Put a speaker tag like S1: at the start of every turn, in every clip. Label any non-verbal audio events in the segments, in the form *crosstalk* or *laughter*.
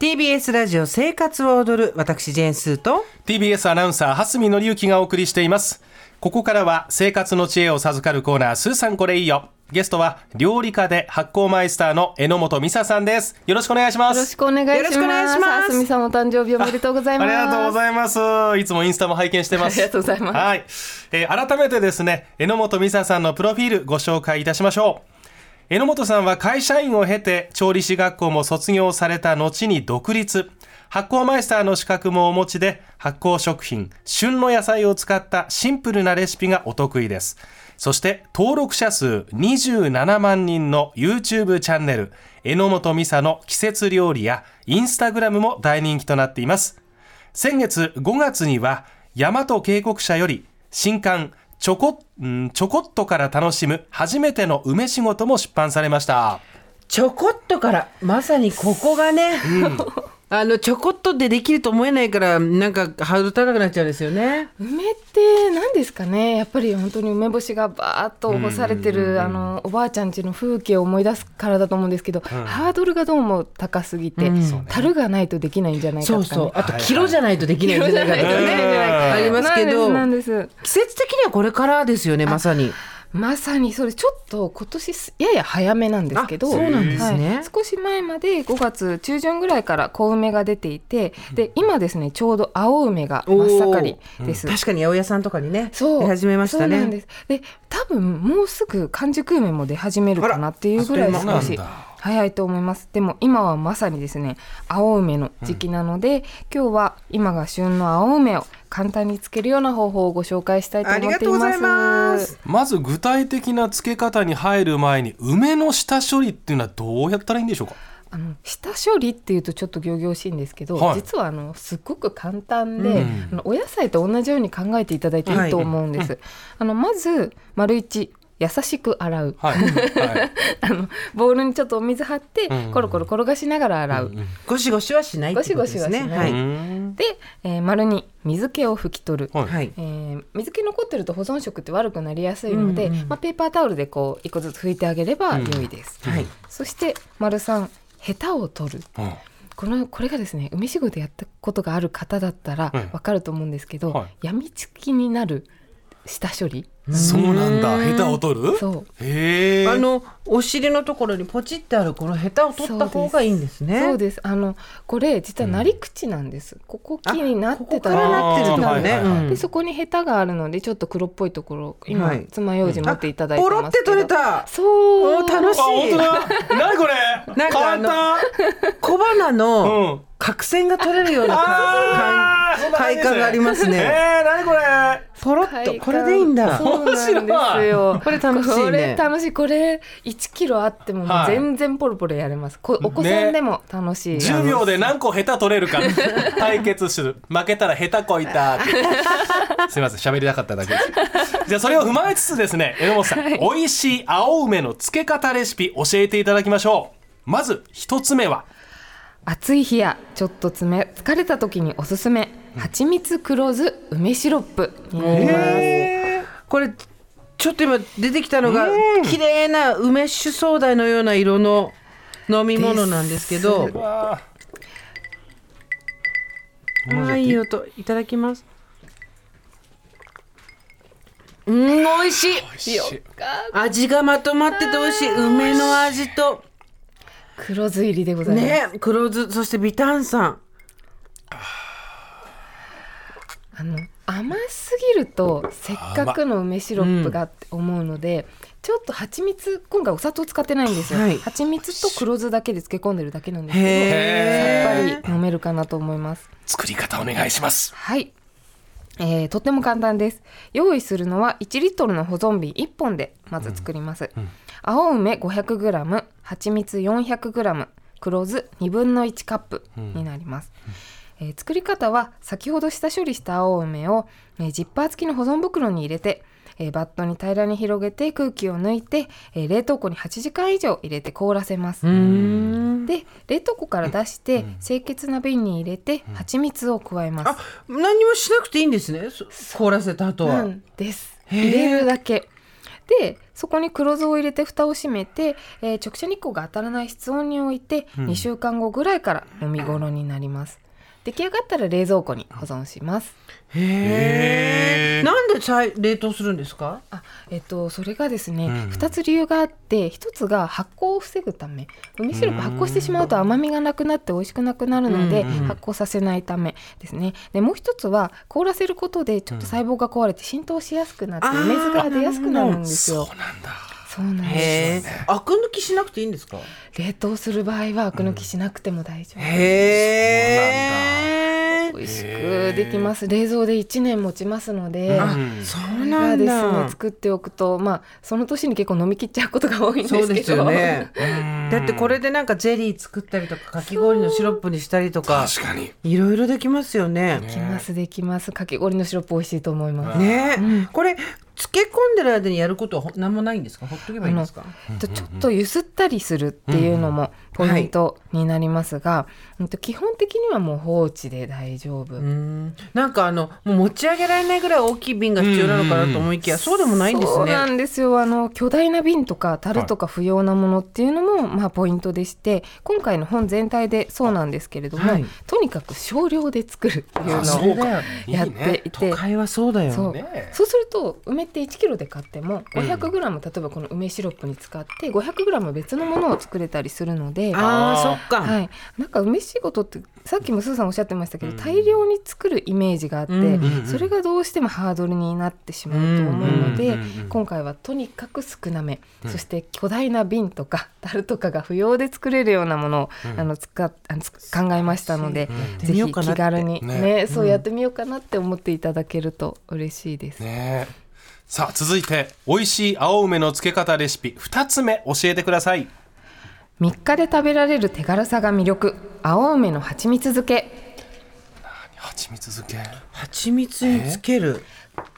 S1: TBS ラジオ生活を踊る私ジェーンスーと
S2: TBS アナウンサー蓮見紀之がお送りしていますここからは生活の知恵を授かるコーナー「スーさんこれいいよ」ゲストは料理家で発酵マイスターの榎本美沙さんですよろしくお願いしま
S3: よろ
S2: す
S3: しくお願いします。
S1: よろしくお願いします
S3: あすみさんお誕生日おめでとうございます。
S2: ありがとうご
S3: い
S2: ざいます。いつもインスタも拝見してます。
S3: ありがとうございます
S2: はい。えー改めてですね、榎本美沙さんのプロフィールご紹介いたしましょう。榎本さんは会社員を経て調理師学校も卒業された後に独立。発酵マイスターの資格もお持ちで、発酵食品、旬の野菜を使ったシンプルなレシピがお得意です。そして、登録者数27万人の YouTube チャンネル、榎本美沙の季節料理や、インスタグラムも大人気となっています。先月5月には大和渓谷社より新刊ちょこ,、うん、ちょこっとから楽しむ初めての梅仕事も出版されました
S1: ちょこっとからまさにここがね、あのちょこっとでできると思えないからなんかハードル高くなっちゃうんですよね
S3: 梅って何ですかね。やっぱり本当に梅干しがバーっと干されてる、あのおばあちゃん家の風景を思い出すからだと思うんですけど、ハードルがどうも高すぎて、樽がないとできないんじゃないかと
S1: そ
S3: か、
S1: う
S3: ね。
S1: そうあと
S2: はいはい
S1: キロじゃないとできない
S3: 色じゃないと
S1: みたい
S3: ね
S1: な
S2: うん
S1: ありますけど
S3: なんですなんです
S1: 季節的にはこれからですよねまさに
S3: まさにそれちょっと今年すやや早めなんですけど
S1: あそうなんですね
S3: はい、少し前まで5月中旬ぐらいから小梅が出ていてで今ですねちょうど青梅が真っ盛りです。
S1: 確かに八百屋さんとかにね
S3: そう
S1: 出始めました
S3: そうなん
S1: ね
S3: ですで多分もうすぐ完熟梅も出始めるかなっていうぐらい
S1: あら
S2: そうな
S3: 少
S2: ん
S3: し
S2: だ
S3: 早いと思いますでも今はまさにですね青梅の時期なので、今日は今が旬の青梅を簡単につけるような方法をご紹介したいと思っています
S1: ありがとうございます
S2: まず具体的な漬け方に入る前に梅の下処理っていうのはどうやったらいいんでしょうか
S3: あの下処理っていうとちょっと仰々しいんですけど、
S2: はい
S3: 実はあのすっごく簡単
S1: う
S3: で、
S2: ん
S3: あのお野菜と同じように考えていただいていいと思うんです。あのまず丸一優しく洗う、
S2: はい、はい
S3: あのボウルにちょっとお水張って、
S2: うん
S3: コロコロ転がしながら洗う、
S2: うん
S1: ゴシゴシはしないってことですね
S3: ゴシゴシはしない
S1: は
S2: う
S1: い
S2: ん
S3: で、えー丸二水気を拭き取る、
S2: はい
S1: はい
S3: えー水気残ってると保存食って悪くなりやすいので、
S1: うんうん
S3: まあ、ペーパータオルでこう一個ずつ拭いてあげれば良いです、
S1: はい
S3: そして丸三ヘタを取る
S2: うん
S3: このこれがですね梅仕事やったことがある方だったら
S2: うん
S3: わかると思うんですけど、
S2: はい
S3: やみつきになる下処理
S2: そうなんだ
S1: うん
S2: ヘタを取る
S3: そう
S2: へえ
S1: あのお尻のところにポチってあるこのヘタを取った方がいいんですね
S3: そうですあのこれ実はなり口なんです、ここ木になっ
S1: あ
S3: てた
S1: ここから
S3: ら
S1: なってるところね
S2: あーはいはいはい
S1: うん
S3: でそこにヘタがあるのでちょっと黒っぽいところ今、
S1: はい
S3: 爪楊枝持っていただいて
S1: ポロ
S3: ま
S1: って
S3: すけど
S1: 取れた
S3: そう
S1: おー楽しい
S2: あ本当だ何これ
S1: なんかあ
S2: 簡
S1: の
S2: 単
S1: 小鼻の
S2: うん
S1: 角線が取れるよう
S3: *laughs*
S1: な
S2: あーそんな感
S1: 快
S2: じです
S1: 感があります
S2: え
S1: ね
S2: ー、何これ
S1: ポロっとこれでいいんだ
S3: そうなんですよ。これ
S1: 楽しいね
S3: これ楽しい。これ1キロあってももう全然ポロポロやれます。こお子さんでも楽しい。
S2: 10秒で何個下手取れる
S3: *laughs*
S2: か対決する負けたら下手こいたってすいません喋りたかっただけですじゃあそれを踏まえつつですね榎本さん、美味しい青梅の漬け方レシピ教えていただきましょうまず一つ目は
S3: 暑い日やちょっとつめ疲れた時におすすめ蜂蜜黒酢梅シロップになります。
S1: これちょっと今出てきたのが綺麗な梅酒ソーダのような色の飲み物なんですけど
S3: です
S2: わ
S1: あいい音いただきますうん美味しい
S2: ーよ
S1: 味がまとまってて美味しい梅の味と
S3: 黒酢入りでございます。
S1: ね黒酢そしてビタン酸
S3: あの甘すぎるとせっかくの梅シロップがって思うので、ちょっと蜂蜜今回お砂糖使ってないんですよ、
S1: はい
S3: 蜂蜜と黒酢だけで漬け込んでるだけなんです
S1: へ
S3: け
S1: ー
S3: どさっぱり飲めるかなと思います
S2: 作り方お願いします
S3: はい、えーとっても簡単です用意するのは1リットルの保存瓶1本でまず作ります、青梅 500g 蜂蜜 400g 黒酢2分の1カップになります、えー作り方は先ほど下処理した青梅を、えージッパー付きの保存袋に入れて、えーバットに平らに広げて空気を抜いて、えー冷凍庫に8時間以上入れて凍らせます、
S1: うん
S3: で冷凍庫から出して、清潔な瓶に入れて蜂蜜を加えます、
S1: あ何もしなくていいんですねそ凍らせた後は、
S3: うんです
S1: へー
S3: 入れるだけでそこに黒酢を入れて蓋を閉めて、えー直射日光が当たらない室温に置いて
S2: うん
S3: 2週間後ぐらいから飲み頃になります、出来上がったら冷蔵庫に保存します
S1: へ
S2: へー
S1: え。なんでさい冷凍するんですか？
S3: あえっと、それがですね、
S2: うん
S3: 2つ理由があって1つが発酵を防ぐため海シロップ発酵してしまうと甘みがなくなって美味しくなくなるので、
S1: うん
S2: うん
S3: 発酵させないためですねでもう1つは凍らせることでちょっと細胞が壊れて浸透しやすくなって
S1: うん
S3: 梅酢が出やすくなるんです
S2: そう
S3: よ。
S2: なんだ。
S3: そうなんで
S1: へえ
S3: す。
S1: アク抜きしなくていいんですか？
S3: 冷凍する場合はアク抜きしなくても大丈夫、
S1: へえ。
S3: 美味しくできます冷蔵で1年持ちますので、
S2: うん
S1: あ
S3: こ、
S1: そう
S3: れ
S1: な
S3: が
S1: ん
S3: ですね
S1: だ。
S3: 作っておくとまあその年に結構飲み切っちゃうことが多いんですけ
S1: そ
S3: ど
S1: うですよ
S3: *laughs*
S1: ね。
S2: うん
S1: だってこれでなんかジェリー作ったりとかかき氷のシロップにしたりとか
S2: 確かに。
S1: いろいろできますよね。
S3: できますできますかき氷のシロップ美味しいと思います、
S1: ねえ、
S3: うん
S1: これ漬け込んでる間にやることはほ何もないんですかほっとけばいいんですか
S3: とちょっとゆすったりするっていうのもポイントになりますが、うんと基本的にはもう放置で大丈夫、
S1: うーんなんかあのもう持ち上げられないぐらい大きい瓶が必要なのかなと思いきや、そうでもないんです
S3: そうな
S1: ね。
S3: んですよあの巨大な瓶とか樽とか不要なものっていうのも、まあ、ポイントでして今回の本全体でそうなんですけれども、
S1: はい
S3: とにかく少量で作るっていう
S2: あ
S3: の
S2: そ
S3: を
S2: うか。いい
S3: やっ
S2: ね
S3: て。いて。
S1: 都会はそうだよ。
S3: そう
S2: ねえ
S3: そうすると梅って1キロで買っても
S2: うん
S3: 500g、例えばこの梅シロップに使って 500g 別のものを作れたりするので、は
S1: あ
S2: あー
S1: あそっか。
S3: い、なんか梅仕事ってさっきもすーさんおっしゃってましたけど、
S2: うん
S3: 大量に作るイメージがあって、
S1: うん
S2: うんうん
S3: それがどうしてもハードルになってしまうと思うので、
S2: うんうんうん
S3: 今回はとにかく少なめ、
S2: うん
S3: そして巨大な瓶とか *laughs* 樽とかが不要で作れるようなものを、
S2: うん
S3: あの使っあのつ考えましたので
S2: うんやっ、て
S3: ぜ
S1: みよ
S3: ひ
S1: うかな
S3: 気
S1: って
S3: 軽にね
S2: ね
S3: そうやってみようかなって思っていただけると嬉しいです。
S2: ねえ。さあ続いて美味しい青梅の漬け方レシピ二つ目教えてください。
S3: 3日で食べられる手軽さが魅力青梅の蜂蜜漬け
S2: 蜂蜜漬け。
S1: 蜂蜜につける。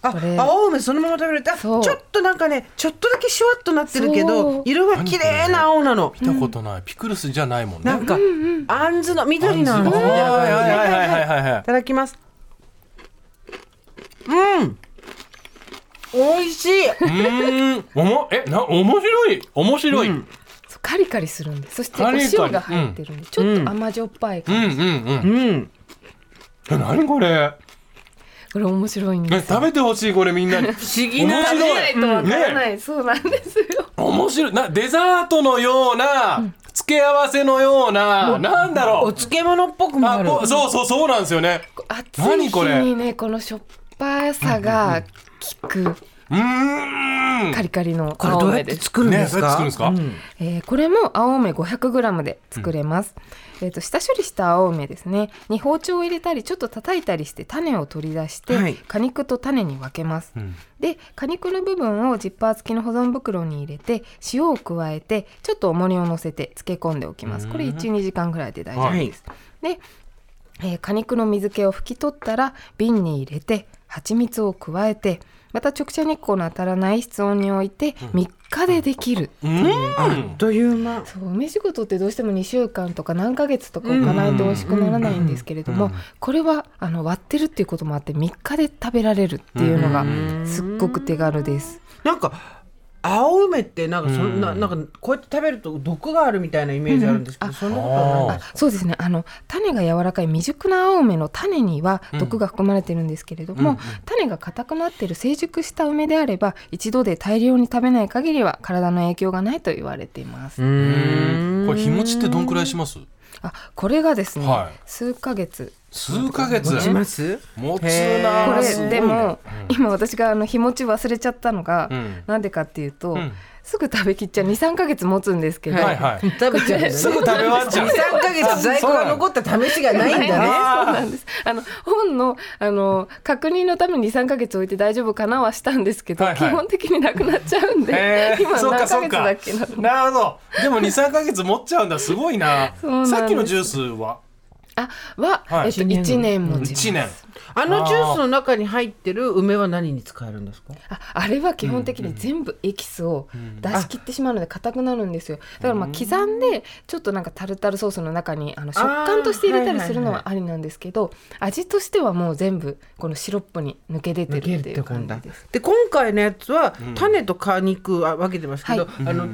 S1: あ
S3: これ、
S1: 青梅そのまま食べれた。あち
S3: そ
S1: ょ
S3: う
S1: っとなんかね、ちょっとだけシュワっとなってるけ
S3: そう
S1: ど、色が綺麗な青なの。
S2: 見たことない。ピクルスじゃないもんね。
S1: なんか、あんずの緑のあんずみたいな
S2: は
S1: 感じで。
S2: いはいはいはいはいはい
S1: いただきます。うん。美味しい。
S2: うーん、おも、え、な、面白い、面白い。うん、
S3: そうカリカリするんですそしてお
S2: カリカリ
S3: 塩が入ってるんでちょっと甘じょっぱい感
S2: う
S3: じ、
S2: ん、うん、
S1: うん。
S2: え、なにこれ。
S3: これ面白いん
S2: え、
S3: ですよ
S2: 食べてほしい、これみんなに。
S1: 不思議な。
S2: 面
S3: 食
S2: 白
S3: べ
S2: い
S3: ないとわからない、そうなんですよ
S2: 面白い、な、デザートのような、付け合わせのような、なんだ
S1: お
S2: ろう。
S1: 漬物っぽくもあ
S2: あ、
S1: る。
S2: こうそう、そう、そうなんですよね。
S3: 暑い
S2: 何
S3: 日
S2: これ
S3: にねこのしょっぱさが効く
S2: うーん。
S3: カリカリの
S1: これど
S3: 青
S1: うや
S3: 梅
S1: っ
S3: で
S1: て
S3: す、
S1: 作るんです
S2: ね
S1: か。
S2: どうやって作るん
S1: うん
S3: えーこれも青梅 500g で作れます、えー、と下処理した青梅ですねに包丁を入れたりちょっと叩いたりして種を取り出して、
S1: はい
S3: 果肉と種に分けます
S2: うん
S3: で果肉の部分をジッパー付きの保存袋に入れて塩を加えてちょっと重りを乗せて漬け込んでおきますこれ12時間ぐらいで大丈夫です、で、えー果肉の水気を拭き取ったら瓶に入れて蜂蜜を加えてまた直射日光の当たらない室温に置いて3日でできる、
S2: う
S1: あ
S2: ー
S1: っ
S2: ん。
S1: という間。
S3: そう梅仕事ってどうしても2週間とか何ヶ月とか置かないと美味しくならないんですけれども、
S2: うんうん
S3: これはあの割ってるっていうこともあって3日で食べられるっていうのが
S1: ん
S3: すっごく手軽です。
S1: なんか青梅ってなんかそんな,、
S2: うん
S1: なんかこうやって食べると毒があるみたいなイメージあるんですけど、
S3: うん
S1: そんなことはない
S2: あ
S3: あそうですねあの種が柔らかい未熟な青梅の種には
S2: うん
S3: 毒が含まれてるんですけれど
S2: うん
S3: も、
S2: うん
S3: 種が硬くなってる成熟した梅であれば一度で大量に食べない限りは体の影響がないと言われています、
S1: う
S2: これ日持ちってどんくらいします。
S3: あこれがですね、
S2: はい
S3: 数ヶ月
S2: 数ヶ月。
S1: 持ちます
S2: 持つ
S1: へー
S2: な
S3: こ
S2: あ
S3: れ
S2: すごいね
S3: でも、
S2: うん
S3: 今私があの日持ち忘れちゃったのが、
S2: うん
S3: なんでかっていうと、
S2: うん
S3: すぐ食べきっちゃう23ヶ月持つんですけど、
S2: はいはい
S1: 食べちゃうんだね
S2: すぐ食べ終わっちゃう
S1: 23ヶ月在庫が残った試しがないんだね
S2: あ
S3: そうなんです。あの本のあの確認のために3ヶ月置いて大丈夫かなはしたんですけど、
S2: はいはい
S3: 基本的になくなっちゃうんで、
S2: へー
S3: *laughs* 今
S2: そうか
S3: 何ヶ
S2: そう
S3: 月
S2: か
S3: だっけなの。
S2: なるほどでも23か月持っちゃうんだすごいな
S3: そうなんです
S2: さっきのジュースは
S3: あは、
S2: はい
S3: えっと、1年も
S2: 1年
S1: あのジュースの中に入ってる梅は何に使えるんですか
S3: ああれは基本的に全部エキスを出し切ってしまうので硬くなるんですよだからまあ刻んでちょっとなんかタルタルソースの中にあの食感として入れたりするのはありなんですけど味としてはもう全部このシロップに抜け出て
S1: 抜け
S3: る
S1: る
S3: っ
S1: って
S3: い
S1: て
S3: う
S1: こん
S3: 感
S1: だ
S3: じです。
S1: で今回のやつは
S2: うん
S1: 種と果肉は分けてますけど、
S3: は
S1: あの、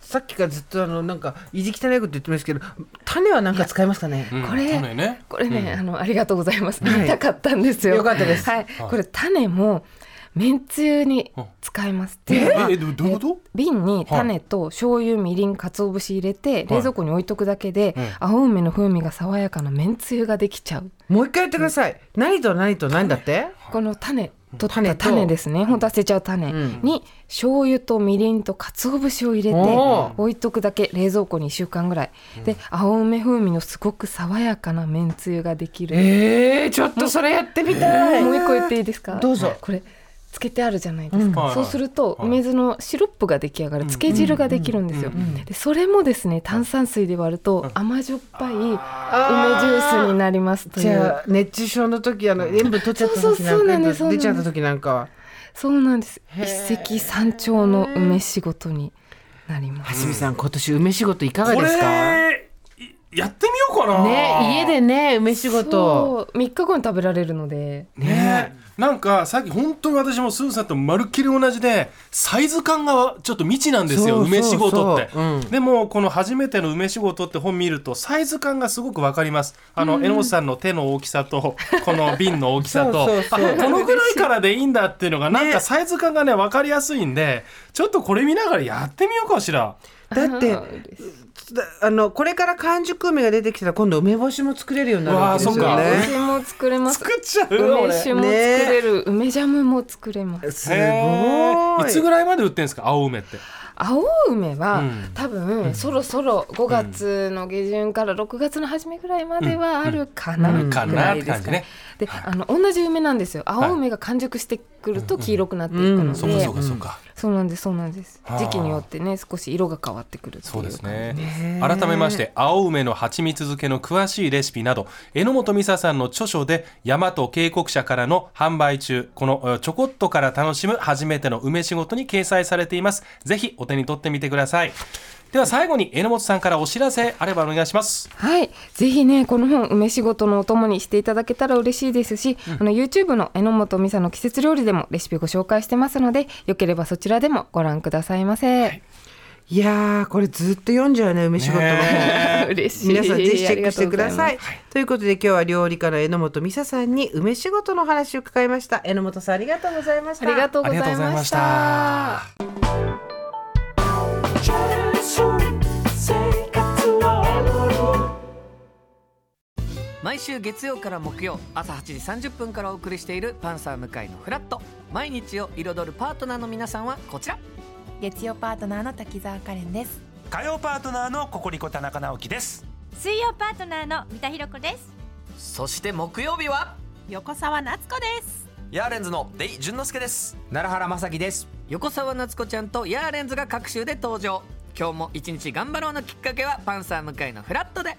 S1: さっきからずっとあのなんか意地汚いこと言ってますけど種はなんか使えますかね
S2: うん
S3: これ
S2: 種ね
S3: これね、あのありがとうございます。
S1: はい
S3: 見たかったんですよ。
S1: よかったです
S3: はい、これ種もめんつゆに使います。っていうのは
S2: ええどどういうこと
S3: 瓶に種と醤油、みりん、鰹節入れて冷蔵庫に置いとくだけで、
S2: うん
S3: 青梅の風味が爽やかなめんつゆができちゃう。
S1: もう一回言ってください、何と何と何だって
S3: この種取っ
S1: 種
S3: た
S1: と
S3: 種ですね本当は捨てちゃう種
S1: うん
S3: に醤油とみりんと鰹節を入れて
S1: おー
S3: 置いとくだけ冷蔵庫に1週間ぐらいで青梅風味のすごく爽やかなめんつゆができる
S1: えー、ちょっとそれやってみたい、
S3: もう一個言っていいですか
S1: どうぞ
S3: これつけてあるじゃないです
S2: うんは
S3: か
S2: い
S3: そうすると
S2: はい
S3: 梅酢のシロップが出来上がる
S2: うん
S3: 漬け汁ができるんですよ
S2: うんうんうん
S3: でそれもですね炭酸水で割ると甘じょっぱい梅ジュースになりますとい
S1: じ
S3: う
S1: ゃあ熱中症の時あの塩分取っちゃった
S3: そうそ
S1: 時
S3: う
S1: なん
S3: そう
S1: か
S3: なんですそうなん
S1: 出
S3: です
S1: ちゃった時なんかは
S3: そうなんです
S1: へ
S3: 一
S1: ー
S3: 石三鳥の梅仕事になります
S1: 蓮見さん今年梅仕事いかが
S2: こ
S1: ですか
S2: れいやってみようかな
S1: ね家でね梅仕事
S3: そう3日後に食べられるので
S2: ねなんかさっき本当に私もスーさんとまるっきり同じでサイズ感がちょっと未知なんですよ
S1: そうそうそう
S2: 梅仕事って、
S1: うん
S2: でもこの「初めての梅仕事」って本見るとサイズ感がすごくわかりますあの、榎本さんの手の大き
S1: *laughs*
S2: さとこの瓶の大きさと
S1: そうそうそう
S2: あこのぐらいからでいいんだっていうのがなんかサイズ感がねわかりやすいんでちょっとこれ見ながらやってみようかしら
S1: だって
S3: あー嬉しい
S1: だあのこれから完熟梅が出てきたら今度梅干しも作れるようになる
S2: うわ
S1: わ
S2: ー
S1: けです
S2: そっ
S1: よ
S2: か
S1: ね
S3: 梅も作れます
S2: 作っちゃうよ
S3: 梅
S2: 俺
S3: 酒も作れる、梅ジャムも作れます
S1: すご
S2: へー
S1: い
S2: いつぐらいまで売ってんですか青梅って
S3: 青梅は、
S2: うん
S3: 多分そろそろ5月の下旬から6月の初めぐらいまではあるかな、
S1: うん
S2: うんか
S3: ぐら
S2: ないって
S3: で
S2: 感
S3: す
S2: じ
S3: か
S2: ね
S3: ね。で、あの同じ梅なんですよ青梅が完熟してくると黄色くなっていくので、
S1: うん
S2: そうかそうかそうか、
S3: そうなんですそうなんです
S2: はあ
S3: 時期によってね少し色が変わってくるっていう
S2: そうですね
S1: ね
S2: 改めまして青梅の蜂蜜漬けの詳しいレシピなど榎本美沙さんの著書で大和渓谷社からの販売中このえーちょこっとから楽しむ初めての梅仕事に掲載されていますぜひお手に取ってみてくださいでは最後に榎本さんからお知らせあればお願いします
S3: はい、ぜひねこの本梅仕事のお供にしていただけたら嬉しいですし、あの YouTube の榎本美沙の季節料理でもレシピご紹介してますのでよければそちらでもご覧くださいませ、
S1: いやーこれずっと読んじゃうね梅仕事の
S2: ね
S1: 本
S3: *laughs* 嬉しい
S1: 皆さんぜひチェックしてくださ
S3: ありがとうござい
S1: いということで今日は料理家の榎本美沙さんに梅仕事の話を伺いました榎本さんありがとうございまし
S3: ますあ
S1: た
S3: りがとう
S2: あ
S3: ご
S2: りがとう
S3: ざい
S2: ござい
S3: ま
S2: ま
S3: し
S2: したた
S4: 毎週月曜から木曜朝8時30分からお送りしている「パンサー向井のフラット」毎日を彩るパートナーの皆さんはこちら
S5: 月曜パートナーの滝沢カレンです
S6: 火曜パートナーのココリコ田中直樹です
S7: 水曜パートナーの三田寛子です
S4: そして木曜日は
S7: 横澤夏子です
S8: ヤーレンズのデイ淳之介です
S6: 奈良原まさきです
S4: 横澤夏子ちゃんとヤーレンズが各週で登場今日も一日頑張ろうのきっかけは「パンサー向井のフラット」で